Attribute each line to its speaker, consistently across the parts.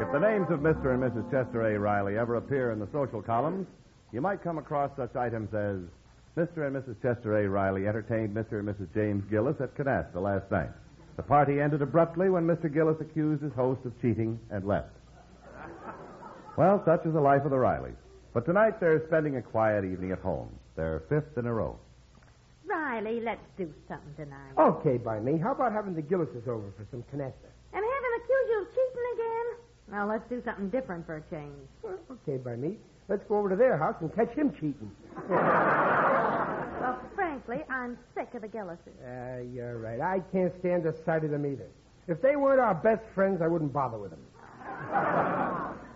Speaker 1: If the names of Mr. and Mrs. Chester A. Riley ever appear in the social columns, you might come across such items as Mr. and Mrs. Chester A. Riley entertained Mr. and Mrs. James Gillis at Canasta last night. The party ended abruptly when Mr. Gillis accused his host of cheating and left. Well, such is the life of the Rileys. But tonight they're spending a quiet evening at home. They're fifth in a row.
Speaker 2: Riley, let's do something tonight.
Speaker 3: Okay, by me. How about having the Gillises over for some canasta?
Speaker 2: And having accused you of cheating again? Now, let's do something different for a change.
Speaker 3: Well, okay, by me. Let's go over to their house and catch him cheating.
Speaker 2: Well, frankly, I'm sick of the Gillises.
Speaker 3: Uh, you're right. I can't stand the sight of them either. If they weren't our best friends, I wouldn't bother with them.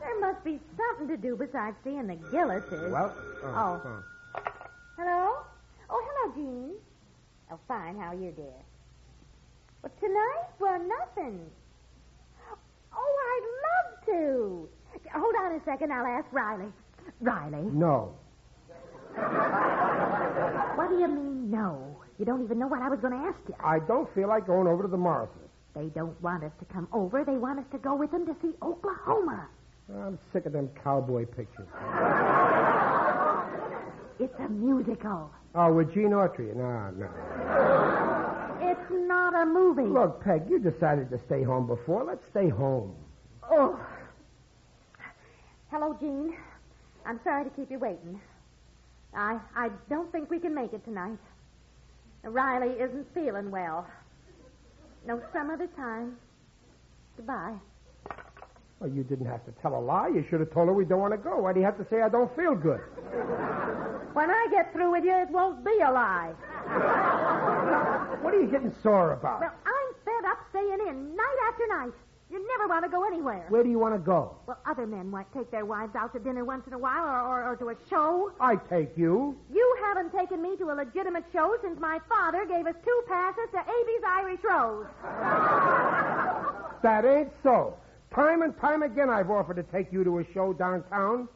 Speaker 2: There must be something to do besides seeing the Gillises.
Speaker 3: Well,
Speaker 2: Oh. Hello? Oh, hello, Jean. Oh, fine. How are you, dear? Well, tonight, well, nothing. Oh, I'd love to. Hold on a second. I'll ask Riley. Riley,
Speaker 3: no.
Speaker 2: what do you mean, no? You don't even know what I was going to ask you.
Speaker 3: I don't feel like going over to the Morrisons.
Speaker 2: They don't want us to come over. They want us to go with them to see Oklahoma.
Speaker 3: I'm sick of them cowboy pictures.
Speaker 2: It's a musical.
Speaker 3: Oh, with Gene Autry. No, no.
Speaker 2: It's not a movie.
Speaker 3: Look, Peg, you decided to stay home before. Let's stay home.
Speaker 2: Oh. Hello, Jean. I'm sorry to keep you waiting. I I don't think we can make it tonight. Riley isn't feeling well. No, some other time. Goodbye.
Speaker 3: Well, you didn't have to tell a lie. You should have told her we don't want to go. Why do you have to say I don't feel good?
Speaker 2: When I get through with you, it won't be a lie.
Speaker 3: What are you getting sore about?
Speaker 2: Well, I'm fed up staying in night after night. You never want to go anywhere.
Speaker 3: Where do you want to go?
Speaker 2: Well, other men might take their wives out to dinner once in a while or, or, or to a show.
Speaker 3: I take you.
Speaker 2: You haven't taken me to a legitimate show since my father gave us two passes to Abe's Irish Rose.
Speaker 3: That ain't so. Time and time again, I've offered to take you to a show downtown.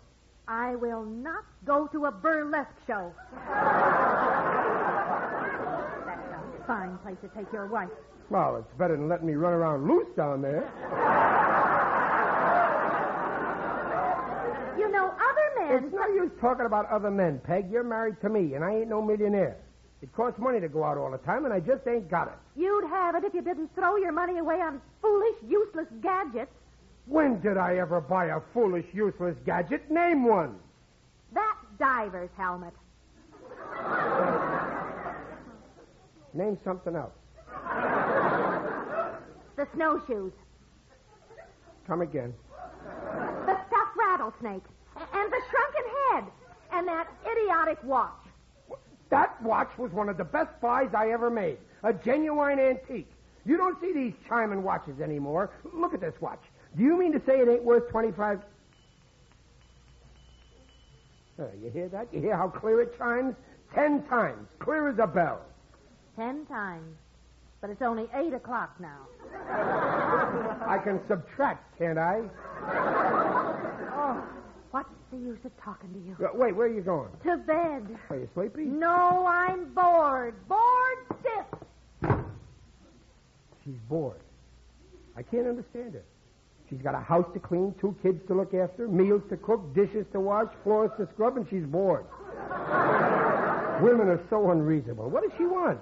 Speaker 2: I will not go to a burlesque show. That sounds a fine place to take your wife.
Speaker 3: Well, it's better than letting me run around loose down there.
Speaker 2: You know, other men.
Speaker 3: It's no use talking about other men, Peg. You're married to me, and I ain't no millionaire. It costs money to go out all the time, and I just ain't got it.
Speaker 2: You'd have it if you didn't throw your money away on foolish, useless gadgets.
Speaker 3: When did I ever buy a foolish, useless gadget? Name one.
Speaker 2: That diver's helmet.
Speaker 3: Name something else.
Speaker 2: The snowshoes.
Speaker 3: Come again.
Speaker 2: The stuffed rattlesnake. a- And the shrunken head. And that idiotic watch.
Speaker 3: That watch was one of the best buys I ever made. A genuine antique. You don't see these chiming watches anymore. Look at this watch. Do you mean to say it ain't worth 25? Uh, you hear that? You hear how clear it chimes? Ten times. Clear as a bell.
Speaker 2: Ten times. But it's only eight o'clock now.
Speaker 3: I can subtract, can't I?
Speaker 2: Oh, what the use of talking to you?
Speaker 3: Uh, Wait, where are you going?
Speaker 2: To bed.
Speaker 3: Are you sleepy?
Speaker 2: No, I'm bored. Bored stiff.
Speaker 3: She's bored. I can't understand her. She's got a house to clean, two kids to look after, meals to cook, dishes to wash, floors to scrub, and she's bored. Women are so unreasonable. What does she want?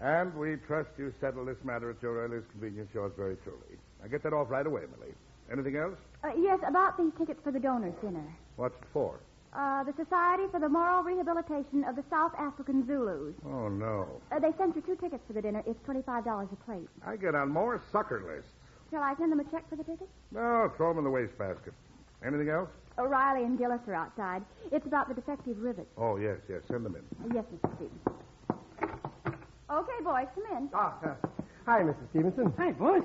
Speaker 4: And we trust you settle this matter at your earliest convenience, yours very truly. Now get that off right away, Millie. Anything else?
Speaker 5: Uh, yes, about these tickets for the donors' dinner.
Speaker 4: What's it for?
Speaker 5: Uh, the Society for the Moral Rehabilitation of the South African Zulus.
Speaker 4: Oh, no.
Speaker 5: Uh, they sent you two tickets for the dinner. It's $25 a plate.
Speaker 4: I get on more sucker lists.
Speaker 5: Shall I send them a check for the tickets?
Speaker 4: No, throw them in the wastebasket. Anything else?
Speaker 5: O'Reilly and Gillis are outside. It's about the defective rivets.
Speaker 4: Oh, yes, yes, send them in.
Speaker 5: Uh, Yes, Mr. Stevens. Okay, boys, come in.
Speaker 3: Ah, uh, hi, Mr. Stevenson. Hi, boss.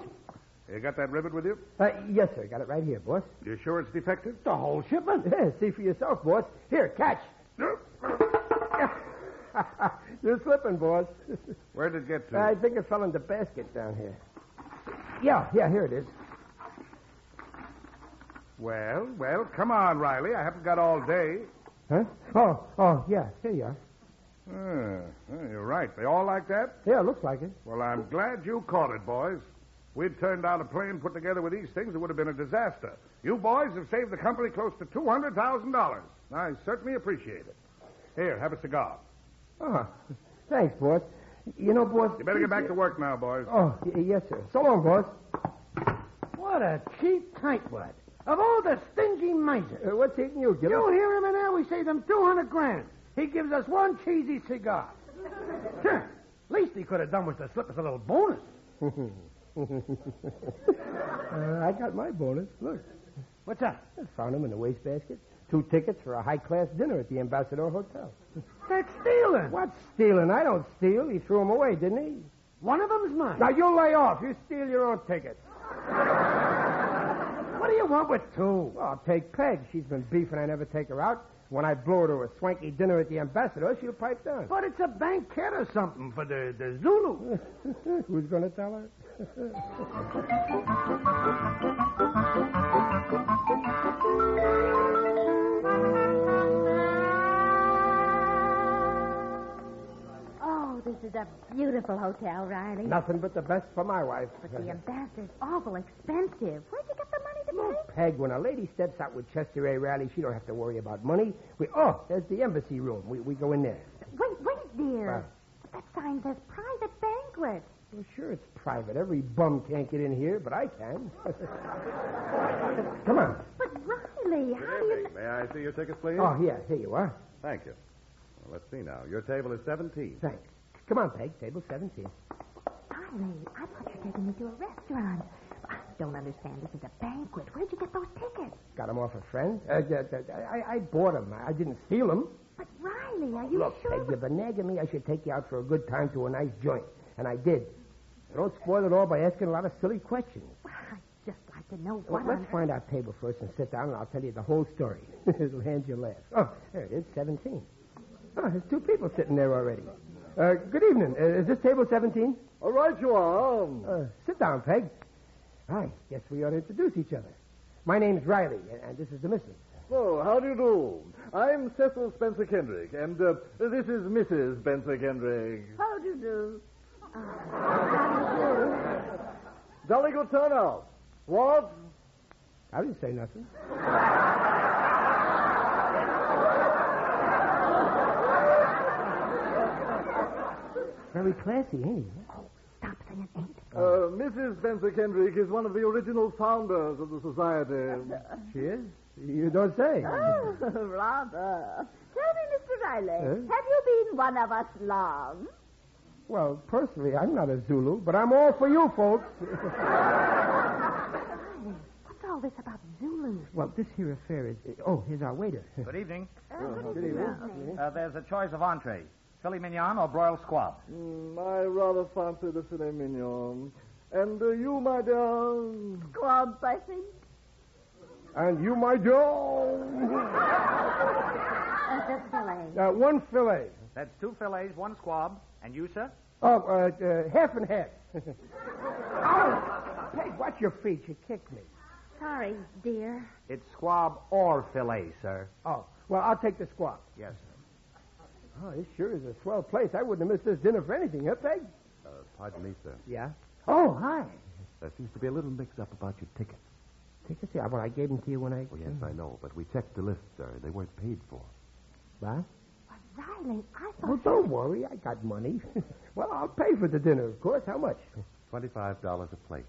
Speaker 4: You got that rivet with you?
Speaker 3: Uh, yes, sir. Got it right here, boss.
Speaker 4: You sure it's defective?
Speaker 3: The whole shipment? Yeah, see for yourself, boss. Here, catch. You're slipping, boss.
Speaker 4: Where did it get to?
Speaker 3: I think it fell in the basket down here. Yeah, yeah, here it is.
Speaker 4: Well, well, come on, Riley. I haven't got all day.
Speaker 3: Huh? Oh, oh, yeah, here you are.
Speaker 4: Ah, well, you're right. They all like that?
Speaker 3: Yeah, looks like it.
Speaker 4: Well, I'm glad you caught it, boys. We'd turned out a plane put together with these things, it would have been a disaster. You boys have saved the company close to $200,000. I certainly appreciate it. Here, have a cigar.
Speaker 3: Oh, thanks, boss. You know, boss.
Speaker 4: You better get back to work now, boys.
Speaker 3: Oh, y- yes, sir. So long, boss. What a cheap tightwad. Of all the stingy miser. Uh, what's eating you, Gillis? You hear him in there? We save him 200 grand. He gives us one cheesy cigar. Sure. Least he could have done was to slip us a little bonus. Uh, I got my bonus. Look. What's that? I found him in the wastebasket. Two tickets for a high class dinner at the Ambassador Hotel. That's stealing. What's stealing? I don't steal. He threw them away, didn't he? One of them's mine. Now you lay off. You steal your own tickets. what do you want with two? Well, I'll take Peg. She's been beefing I never take her out. When I blow her to a swanky dinner at the Ambassador, she'll pipe down. But it's a banquet or something for the, the Zulu. Who's going to tell her?
Speaker 2: Oh, this is a beautiful hotel, Riley.
Speaker 3: Nothing but the best for my wife.
Speaker 2: But the ambassador's awful expensive. Where'd you get the money to pay?
Speaker 3: Peg, when a lady steps out with Chester A. Riley, she don't have to worry about money. We oh, there's the embassy room. We, we go in there.
Speaker 2: Wait, wait, dear. That sign says private banquet.
Speaker 3: Well, sure, it's private. Every bum can't get in here, but I can. Come on.
Speaker 2: But Riley, how
Speaker 1: Good
Speaker 2: do you?
Speaker 1: evening. May I see your tickets, please?
Speaker 3: Oh, here, here you are.
Speaker 1: Thank you. Well, let's see now. Your table is 17.
Speaker 3: Thanks. Come on, Peg. Table 17.
Speaker 2: Riley, I thought you were taking me to a restaurant. I don't understand. This is a banquet. Where'd you get those tickets?
Speaker 3: Got 'em off a friend. Uh, d- d- I, I bought 'em. I didn't steal 'em.
Speaker 2: But Riley, are you
Speaker 3: Look,
Speaker 2: sure?
Speaker 3: Peg, you've been nagging me. I should take you out for a good time to a nice joint. And I did. I don't spoil it all by asking a lot of silly questions.
Speaker 2: I'd just like to know what
Speaker 3: Well,
Speaker 2: on
Speaker 3: let's
Speaker 2: earth-
Speaker 3: find our table first and sit down, and I'll tell you the whole story. It'll hand you last. Oh, there it is, 17. Oh, there's two people sitting there already. Uh, good evening. Uh, is this table 17?
Speaker 6: All right, you are.
Speaker 3: Uh, sit down, Peg. I guess we ought to introduce each other. My name's Riley, and, and this is the missus.
Speaker 6: So, how do you do? I'm Cecil Spencer Kendrick, and uh, this is Mrs. Spencer Kendrick.
Speaker 2: How do you do?
Speaker 6: Jolly good turnout. What?
Speaker 3: I didn't say nothing. Very classy, ain't he?
Speaker 2: Stop singing eight.
Speaker 6: Uh, Mrs. Spencer Kendrick is one of the original founders of the society.
Speaker 3: She is? You don't say.
Speaker 2: Rather. Tell me, Mr. Riley,
Speaker 3: Huh?
Speaker 2: have you been one of us long?
Speaker 3: Well, personally, I'm not a Zulu, but I'm all for you, folks.
Speaker 2: What's all this about Zulus?
Speaker 3: Well, this here affair is. Oh, here's our waiter.
Speaker 7: Oh, Good evening.
Speaker 2: Well,
Speaker 7: Uh, there's a choice of entree. Filet mignon or broiled squab.
Speaker 6: Mm, I rather fancy the filet mignon. And uh, you, my dear.
Speaker 2: Squabs, I think.
Speaker 3: And you, my Joe.
Speaker 2: That's silly.
Speaker 3: Uh, one fillet.
Speaker 7: That's two filets, one squab. And you, sir?
Speaker 3: Oh, uh, uh, half and half. Ow! Peg, Oh, watch your feet. You kicked me.
Speaker 2: Sorry, dear.
Speaker 7: It's squab or fillet, sir.
Speaker 3: Oh, well, I'll take the squab.
Speaker 7: Yes, sir.
Speaker 3: Oh, this sure is a swell place. I wouldn't have missed this dinner for anything, huh, Peg?
Speaker 1: Uh, pardon me, sir.
Speaker 3: Yeah. Oh, hi.
Speaker 1: There seems to be a little mix-up about your tickets.
Speaker 3: Tickets? Yeah, well, I gave them to you when I...
Speaker 1: Oh, yes, I know, but we checked the list, sir. They weren't paid for.
Speaker 3: What?
Speaker 2: Riley, I thought.
Speaker 3: Oh, don't worry. I got money. well, I'll pay for the dinner, of course. How much?
Speaker 1: Twenty-five dollars a plate.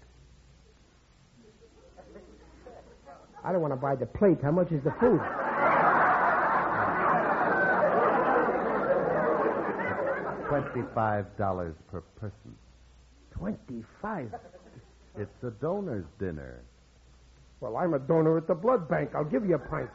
Speaker 3: I don't want to buy the plate. How much is the food?
Speaker 1: Twenty-five dollars per person.
Speaker 3: Twenty-five.
Speaker 1: It's a donor's dinner.
Speaker 3: Well, I'm a donor at the blood bank. I'll give you a pint.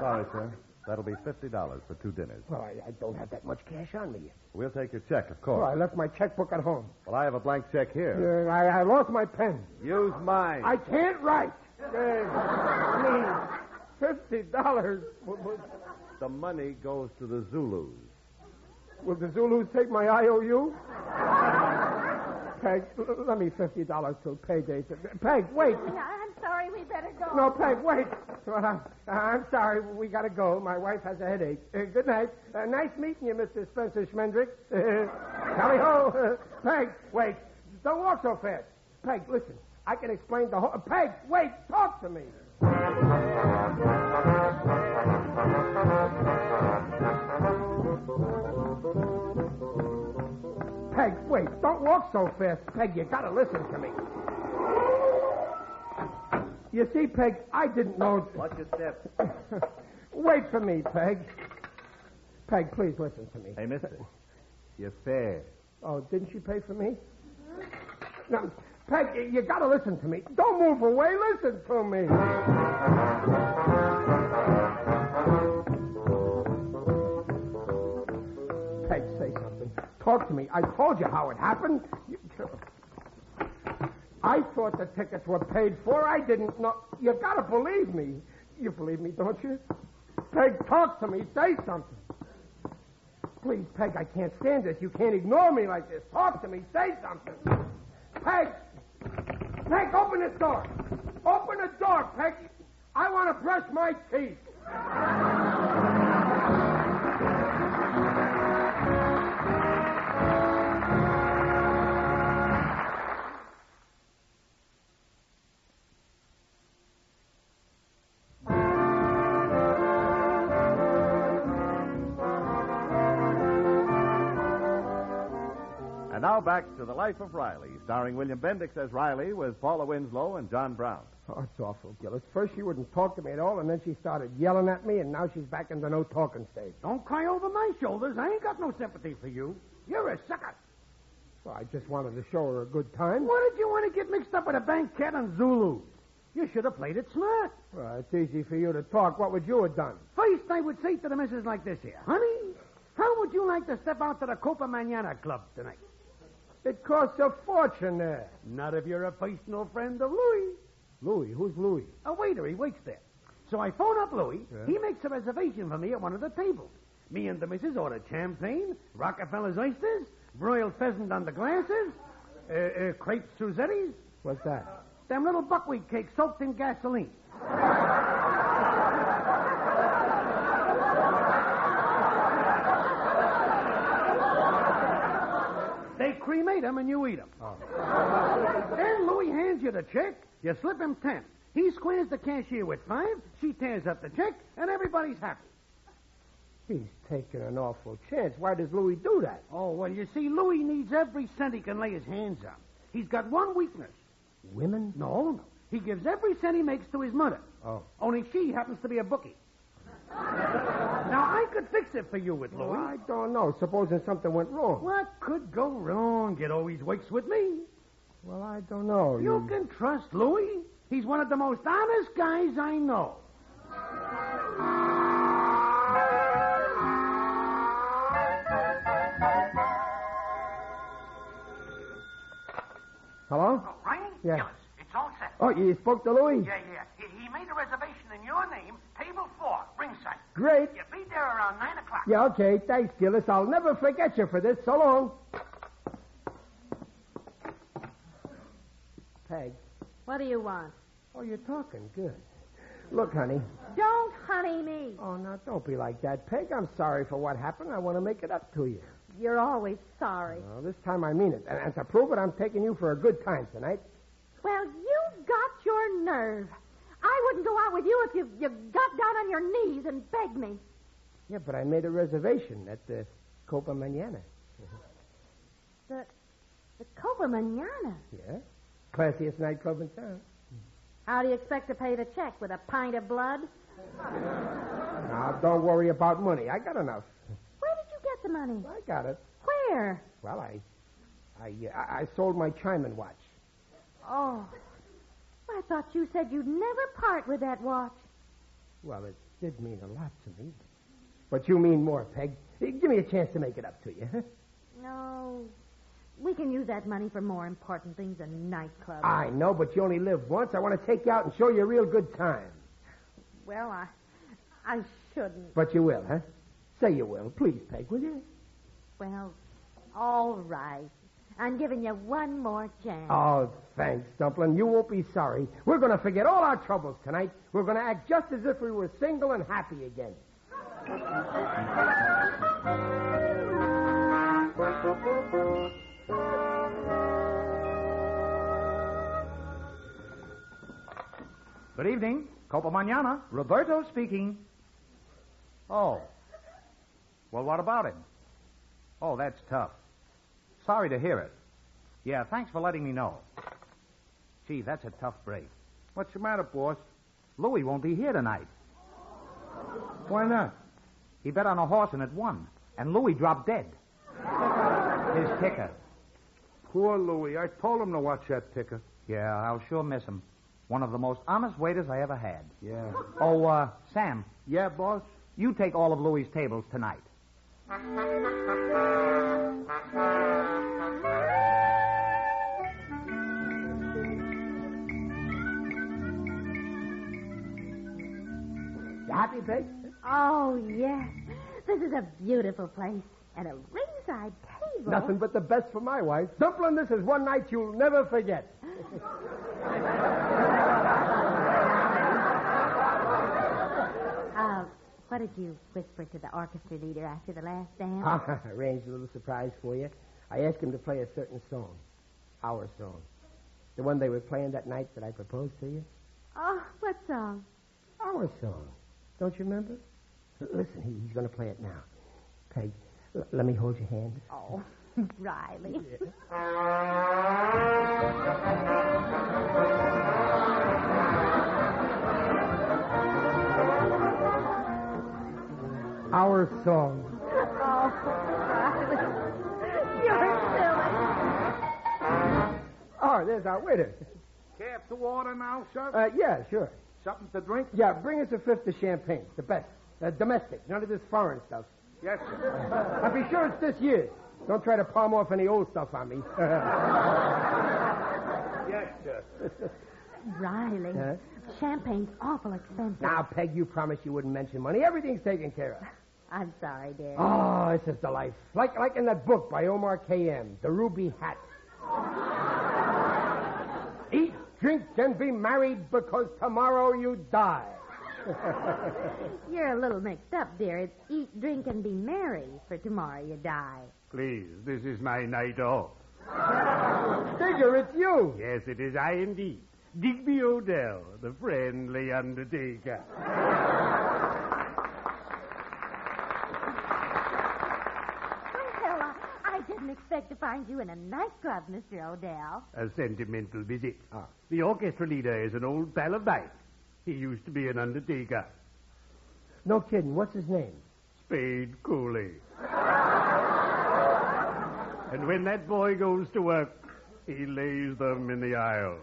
Speaker 1: Sorry, sir. That'll be fifty dollars for two dinners.
Speaker 3: Well, I, I don't have that much cash on me. yet.
Speaker 1: We'll take your check, of
Speaker 3: Oh,
Speaker 1: course.
Speaker 3: I left my checkbook at home.
Speaker 1: Well, I have a blank check here.
Speaker 3: Uh, I, I lost my pen.
Speaker 1: Use mine.
Speaker 3: I can't write. Uh, please, fifty dollars. Will, will-
Speaker 1: The money goes to the Zulus.
Speaker 3: will the Zulus take my IOU? Peg, l- let me fifty dollars till payday. Peg, wait.
Speaker 2: No, I'm sorry. We better go.
Speaker 3: No, Peg, wait. Well, I- I'm sorry. We got to go. My wife has a headache. Uh, good night. Uh, nice meeting you, Mr. Spencer Schmendrick. Uh, Hally ho. Uh, Peg, wait. Don't walk so fast. Peg, listen. I can explain the whole. Peg, wait. Talk to me. Peg, wait. Don't walk so fast. Peg, you got to listen to me. You see, Peg, I didn't know.
Speaker 7: Watch your step.
Speaker 3: Wait for me, Peg. Peg, please listen to me.
Speaker 7: Hey, mister.
Speaker 1: Your fare.
Speaker 3: Oh, didn't she pay for me? No, Peg, y- you gotta listen to me. Don't move away. Listen to me. Peg, say something. Talk to me. I told you how it happened. You... I thought the tickets were paid for. I didn't know. You gotta believe me. You believe me, don't you? Peg, talk to me. Say something. Please, Peg, I can't stand this. You can't ignore me like this. Talk to me. Say something. Peg! Peg, open this door. Open the door, Peg. I want to brush my teeth.
Speaker 1: And now back to The Life of Riley, starring William Bendix as Riley with Paula Winslow and John Brown.
Speaker 3: Oh, it's awful, Gillis. First she wouldn't talk to me at all, and then she started yelling at me, and now she's back in the no talking stage. Oh,
Speaker 7: Don't cry over my shoulders. I ain't got no sympathy for you. You're a sucker.
Speaker 3: Well, I just wanted to show her a good time.
Speaker 7: Why did you want to get mixed up with a bank cat and Zulu? You should have played it smart.
Speaker 3: Well, it's easy for you to talk. What would you have done?
Speaker 7: First, I would say to the missus like this here, honey, how would you like to step out to the Copa Manana Club tonight?
Speaker 3: It costs a fortune there.
Speaker 7: Not if you're a personal friend of Louis.
Speaker 3: Louis, who's Louis?
Speaker 7: A waiter, he waits there. So I phone up Louis.
Speaker 3: Yeah.
Speaker 7: He makes a reservation for me at one of the tables. Me and the missus order champagne, Rockefeller's oysters, broiled pheasant on the glasses, uh, uh, crepe Suzetti's,
Speaker 3: What's that?
Speaker 7: them little buckwheat cakes soaked in gasoline. they cremate 'em and you eat 'em.
Speaker 3: Oh.
Speaker 7: Then Louis hands you the check. You slip him ten. He squares the cashier with five. She tears up the check, and everybody's happy.
Speaker 3: He's taking an awful chance. Why does Louis do that?
Speaker 7: Oh, well, you see, Louis needs every cent he can lay his hands on. He's got one weakness.
Speaker 3: Women?
Speaker 7: No, no. He gives every cent he makes to his mother.
Speaker 3: Oh.
Speaker 7: Only she happens to be a bookie. now, I could fix it for you with Louis.
Speaker 3: Well, I don't know. Supposing something went wrong.
Speaker 7: What could go wrong? It always wakes with me.
Speaker 3: Well, I don't know.
Speaker 7: You can trust Louis. He's one of the most honest guys I know.
Speaker 3: Hello?
Speaker 7: Right?
Speaker 3: Yeah.
Speaker 7: It's all set.
Speaker 3: Oh, you spoke to Louis?
Speaker 7: yeah. He, he made a reservation in your name, table four. Bring
Speaker 8: site.
Speaker 3: Great.
Speaker 8: You be there around 9 o'clock.
Speaker 3: Yeah, okay. Thanks, Gillis. I'll never forget you for this. So long. Peg.
Speaker 2: What do you want?
Speaker 3: Oh, you're talking good. Look, honey.
Speaker 2: Don't honey me.
Speaker 3: Oh, now don't be like that, Peg. I'm sorry for what happened. I want to make it up to you.
Speaker 2: You're always sorry.
Speaker 3: Well, this time I mean it. And, and to prove it, I'm taking you for a good time tonight.
Speaker 2: Well, you've got your nerve. I wouldn't go out with you if you, you got down on your knees and begged me.
Speaker 3: Yeah, but I made a reservation at the Copa Manana.
Speaker 2: The, the Copa Manana.
Speaker 3: Yeah? Classiest nightclub in town.
Speaker 2: How do you expect to pay the check? With a pint of blood?
Speaker 3: Now, don't worry about money. I got enough.
Speaker 2: Where did you get the money?
Speaker 3: I got it.
Speaker 2: Where?
Speaker 3: Well, I, I, uh, I I sold my Chinaman watch.
Speaker 2: Oh. I thought you said you'd never part with that watch.
Speaker 3: Well, it did mean a lot to me. But you mean more, Peg. Uh, Give me a chance to make it up to you. huh?
Speaker 2: No. We can use that money for more important things than nightclubs.
Speaker 3: I know, but you only live once. I want to take you out and show you a real good time.
Speaker 2: Well, I, I shouldn't.
Speaker 3: But you will, huh? Say you will. Please, Peg, will you?
Speaker 2: Well, all right. I'm giving you one more chance.
Speaker 3: Oh, thanks, Dumplin. You won't be sorry. We're going to forget all our troubles tonight. We're going to act just as if we were single and happy again.
Speaker 9: Good evening. Copa Manana. Roberto speaking. Oh. Well, what about him? Oh, that's tough. Sorry to hear it. Yeah, thanks for letting me know. Gee, that's a tough break. What's the matter, boss? Louis won't be here tonight. Why not? He bet on a horse and it won. And Louis dropped dead. His ticker.
Speaker 4: Poor Louis. I told him to watch that ticker.
Speaker 9: Yeah, I'll sure miss him. One of the most honest waiters I ever had.
Speaker 4: Yeah.
Speaker 9: Oh, uh, Sam,
Speaker 4: Yeah, boss?
Speaker 9: you take all of Louis' tables tonight.
Speaker 3: You happy, Peg?
Speaker 2: Oh, yes. This is a beautiful place and a ringside table.
Speaker 3: Nothing but the best for my wife. Dumplin, this is one night you'll never forget.
Speaker 2: Uh, what did you whisper to the orchestra leader after the last dance?
Speaker 3: I arranged a little surprise for you. I asked him to play a certain song. Our song. The one they were playing that night that I proposed to you.
Speaker 2: Oh, what song?
Speaker 3: Our song. Don't you remember? L- Listen, he, he's going to play it now. Peg, l- let me hold your hand.
Speaker 2: Oh, Riley.
Speaker 3: Our song. Oh, there's our waiter.
Speaker 4: Cap the water now, sir?
Speaker 3: Uh, yeah, sure.
Speaker 4: Something to drink?
Speaker 3: Yeah, bring us a fifth of champagne. The best. Uh, domestic. None of this foreign stuff.
Speaker 4: Yes, sir.
Speaker 3: Now, be sure it's this year's. Don't try to palm off any old stuff on me.
Speaker 4: yes, sir.
Speaker 2: Riley.
Speaker 3: Huh?
Speaker 2: Champagne's awful expensive.
Speaker 3: now, Peg, you promised you wouldn't mention money. Everything's taken care of.
Speaker 2: I'm sorry, dear.
Speaker 3: Oh, this is the life. Like like in that book by Omar K.M., The Ruby Hat. Eat, drink, and be married because tomorrow you die.
Speaker 2: You're a little mixed up, dear. It's eat, drink, and be merry, for tomorrow you die.
Speaker 4: Please, this is my night off.
Speaker 3: Digger, it's you.
Speaker 4: Yes, it is I indeed. Digby Odell, the friendly undertaker.
Speaker 2: Well, I, I didn't expect to find you in a nightclub, Mr. Odell.
Speaker 4: A sentimental visit. Ah, The orchestra leader is an old pal of mine. He used to be an undertaker.
Speaker 3: No kidding. What's his name?
Speaker 4: Spade Cooley. and when that boy goes to work, he lays them in the aisle.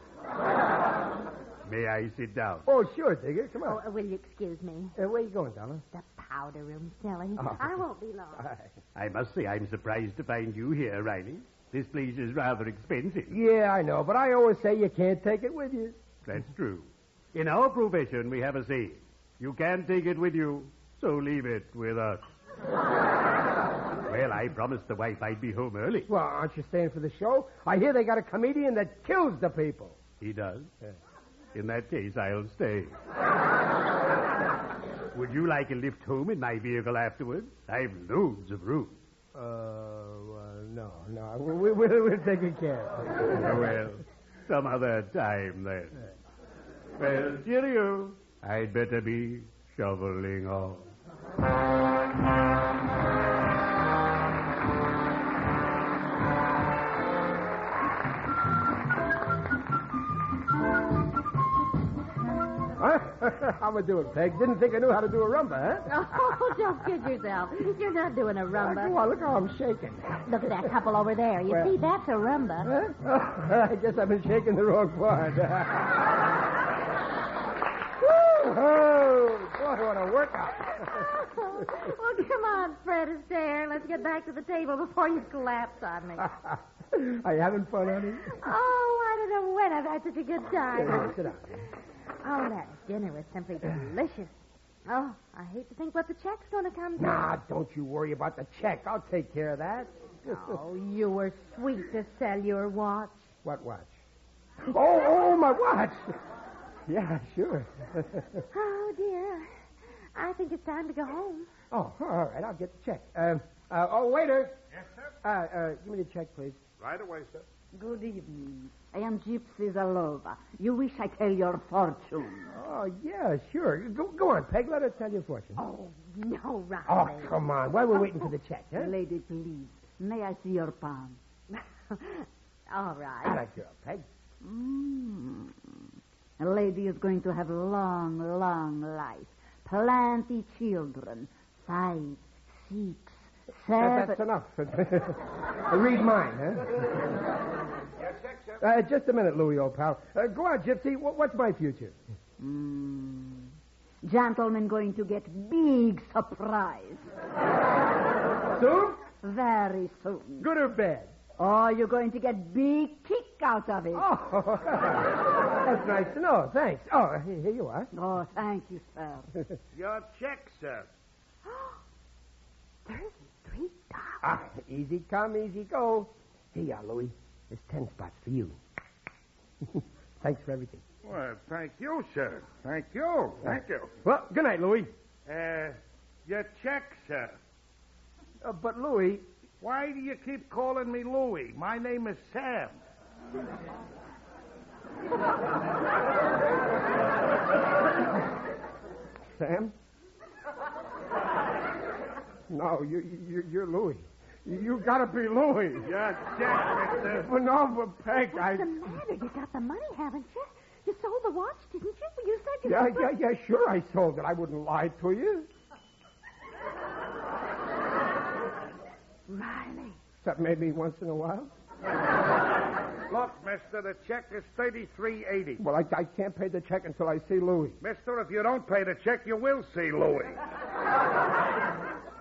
Speaker 4: May I sit down?
Speaker 3: Oh, sure, Digger. Come on.
Speaker 2: Oh, uh, will you excuse me?
Speaker 3: Uh, where you going, Donna?
Speaker 2: The powder room, silly.
Speaker 3: Oh.
Speaker 2: I won't be long.
Speaker 4: I must say I'm surprised to find you here, Riley. This place is rather expensive.
Speaker 3: Yeah, I know, but I always say you can't take it with you.
Speaker 4: That's true. In our profession, we have a saying. You can't take it with you,
Speaker 8: So leave it with us. well, I promised the wife I'd be home early.
Speaker 3: Well, aren't you staying for the show? I hear they got a comedian that kills the people.
Speaker 8: He does. Uh, In that case, I'll stay. Would you like a lift home in my vehicle afterward? I've loads of room.
Speaker 3: Uh, well, no, no. We, we, we'll take good care of it.
Speaker 8: Oh, well, some other time then. Well, cheerio. I'd better be shoveling off.
Speaker 3: Huh? how am I doing, Peg? Didn't think I knew how to do a rumba, huh?
Speaker 2: Oh, don't kid yourself. You're not doing a rumba.
Speaker 3: Come on, look how I'm shaking.
Speaker 2: Look at that couple over there. You
Speaker 3: Where?
Speaker 2: see, that's a rumba.
Speaker 3: I guess I've been shaking the wrong part. oh, boy, what a workout.
Speaker 2: well, come on, Fred Astaire. Let's get back to the table before you collapse on me.
Speaker 3: Are you having fun, honey?
Speaker 2: Oh, I don't know when I've had such a good
Speaker 3: Here,
Speaker 2: time.
Speaker 3: sit down.
Speaker 2: Oh, that dinner was simply delicious. Oh, I hate to think what the check's going to come to.
Speaker 3: Nah, don't you worry about the check. I'll take care of that.
Speaker 2: Oh, you were sweet to sell your watch.
Speaker 3: What watch? Oh, oh, my watch. Yeah, sure.
Speaker 2: Oh, dear. I think it's time to go home.
Speaker 3: oh, all right, I'll get the check. Um, uh, oh, waiter. Yes, sir. Uh, uh, give me the check, please.
Speaker 4: Right away, sir.
Speaker 10: Good evening. I am Gypsy Zalova. You wish I tell your fortune.
Speaker 3: Oh, yeah, sure. Go, go on, Peg. Let her tell your fortune.
Speaker 10: Oh, No, Riley.
Speaker 3: Oh, come on. Why we're waiting for the check, huh?
Speaker 10: Oh. Lady, please. May I see your palm?
Speaker 2: All right.
Speaker 3: Atta girl, Peg.
Speaker 10: Mm. Lady is going to have long, long life. Plenty children. Five, six,
Speaker 3: That-
Speaker 10: seven.
Speaker 3: that's enough. Read mine, huh? Uh, just a minute, Louie, old pal. Uh, go on, Gypsy. Wh- what's my future?
Speaker 10: Mm. Gentlemen going to get big surprise.
Speaker 3: Soon?
Speaker 10: Very soon.
Speaker 3: Good or bad?
Speaker 10: Oh, you're going to get big kick out of it.
Speaker 3: Oh, that's nice to know. Thanks. Oh, he- here you are.
Speaker 10: Oh, thank you, sir.
Speaker 4: Your check, sir.
Speaker 2: Three
Speaker 3: Ah, easy come, easy go. Here you are, Louie. There's ten spots for you. Thanks for everything.
Speaker 4: Well, thank you, sir. Thank you. Thank you.
Speaker 3: Well, good night, Louie.
Speaker 4: Uh, your check, sir.
Speaker 3: Uh, but, Louie.
Speaker 4: Why do you keep calling me Louie? My name is Sam.
Speaker 3: Sam? No, you, you, you're Louie. You, you gotta be Louie.
Speaker 4: Your check, mister.
Speaker 3: Well, no, but Peg,
Speaker 2: What's
Speaker 3: I.
Speaker 2: the matter? You got the money, haven't you? You sold the watch, didn't you? You said you
Speaker 3: Yeah,
Speaker 2: were-
Speaker 3: yeah, yeah, sure I sold it. I wouldn't lie to you.
Speaker 2: Riley.
Speaker 3: Except maybe once in a while.
Speaker 4: Look, mister, the check is thirty-three eighty.
Speaker 3: Well, I, I can't pay the check until I see Louie.
Speaker 4: Mister, if you don't pay the check, you will see Louie.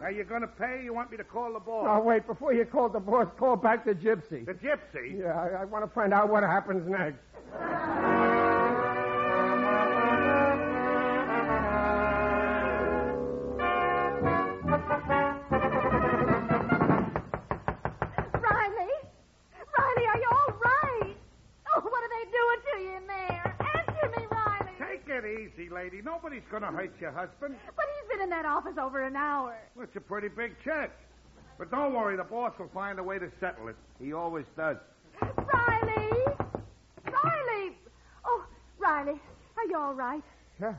Speaker 4: Now you going to pay? You want me to call the boss?
Speaker 3: Oh, wait, before you call the boss, call back the gypsy.
Speaker 4: The gypsy?
Speaker 3: Yeah, I, I want to find out what happens next.
Speaker 2: Riley? Riley, are you all right? Oh, what are they doing to you in there? Answer me, Riley.
Speaker 4: Take it easy, lady. Nobody's going to hurt your husband.
Speaker 2: But he's been in that office over an hour.
Speaker 4: Well, It's a pretty big check. But don't worry, the boss will find a way to settle it. He always does.
Speaker 2: Riley! Riley! Oh, Riley, are you all right?
Speaker 3: Yeah,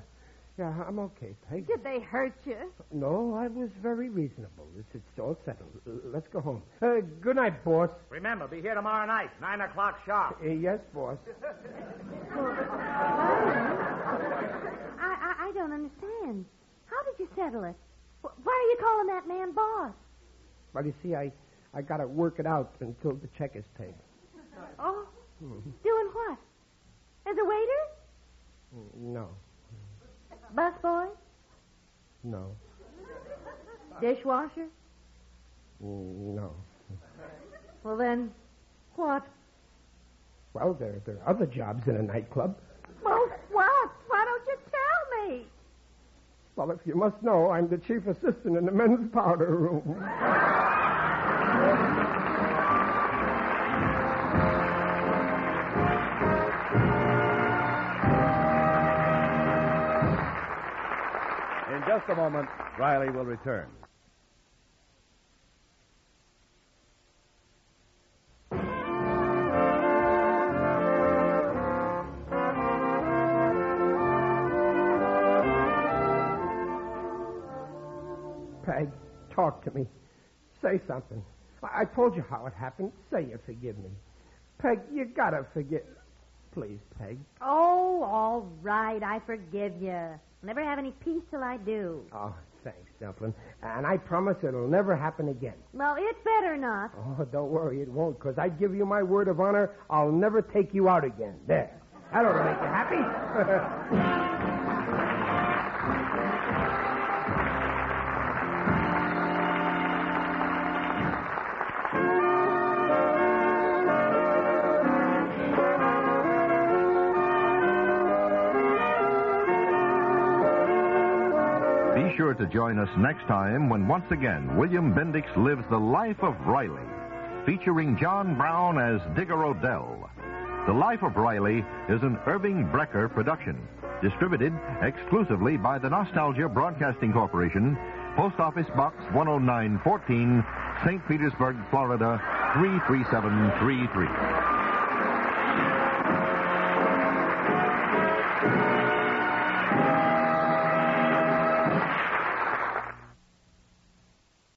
Speaker 3: yeah, I'm okay, Peg.
Speaker 2: Did they hurt you?
Speaker 3: No, I was very reasonable. This is all settled. L- Let's go home. Uh, good night, boss.
Speaker 9: Remember, be here tomorrow night, 9 o'clock sharp.
Speaker 3: Uh, yes, boss.
Speaker 2: I, I, I don't understand. How did you settle it? Wh- Why are you calling that man boss?
Speaker 3: Well, you see, I, I got to work it out until the check is paid.
Speaker 2: Oh, doing what? As a waiter?
Speaker 3: No,
Speaker 2: Busboy?
Speaker 3: no,
Speaker 2: Dishwasher?
Speaker 3: no.
Speaker 2: Well, then, what?
Speaker 3: Well, there, there are other jobs in a nightclub.
Speaker 2: Well, what? Why don't you tell me?
Speaker 3: Well, if you must know, I'm the chief assistant in the men's powder room.
Speaker 11: In just a moment, Riley will return.
Speaker 3: Peg, talk to me. Say something. I, I told you how it happened. Say you forgive me. Peg, you gotta forgive. Please, Peg.
Speaker 10: Oh, all right. I forgive you. I'll never have any peace till I do.
Speaker 3: Oh, thanks, Dumplin. And I promise it'll never happen again.
Speaker 10: Well, it better not.
Speaker 3: Oh, don't worry, it won't, because I give you my word of honor, I'll never take you out again. There. That'll make you happy.
Speaker 4: Be sure to join us next time when once again William Bendix lives the life of Riley, featuring John Brown as Digger Odell. The Life of Riley is an Irving Brecker production, distributed exclusively by the Nostalgia Broadcasting Corporation, Post Office Box 10914, St. Petersburg, Florida 33733.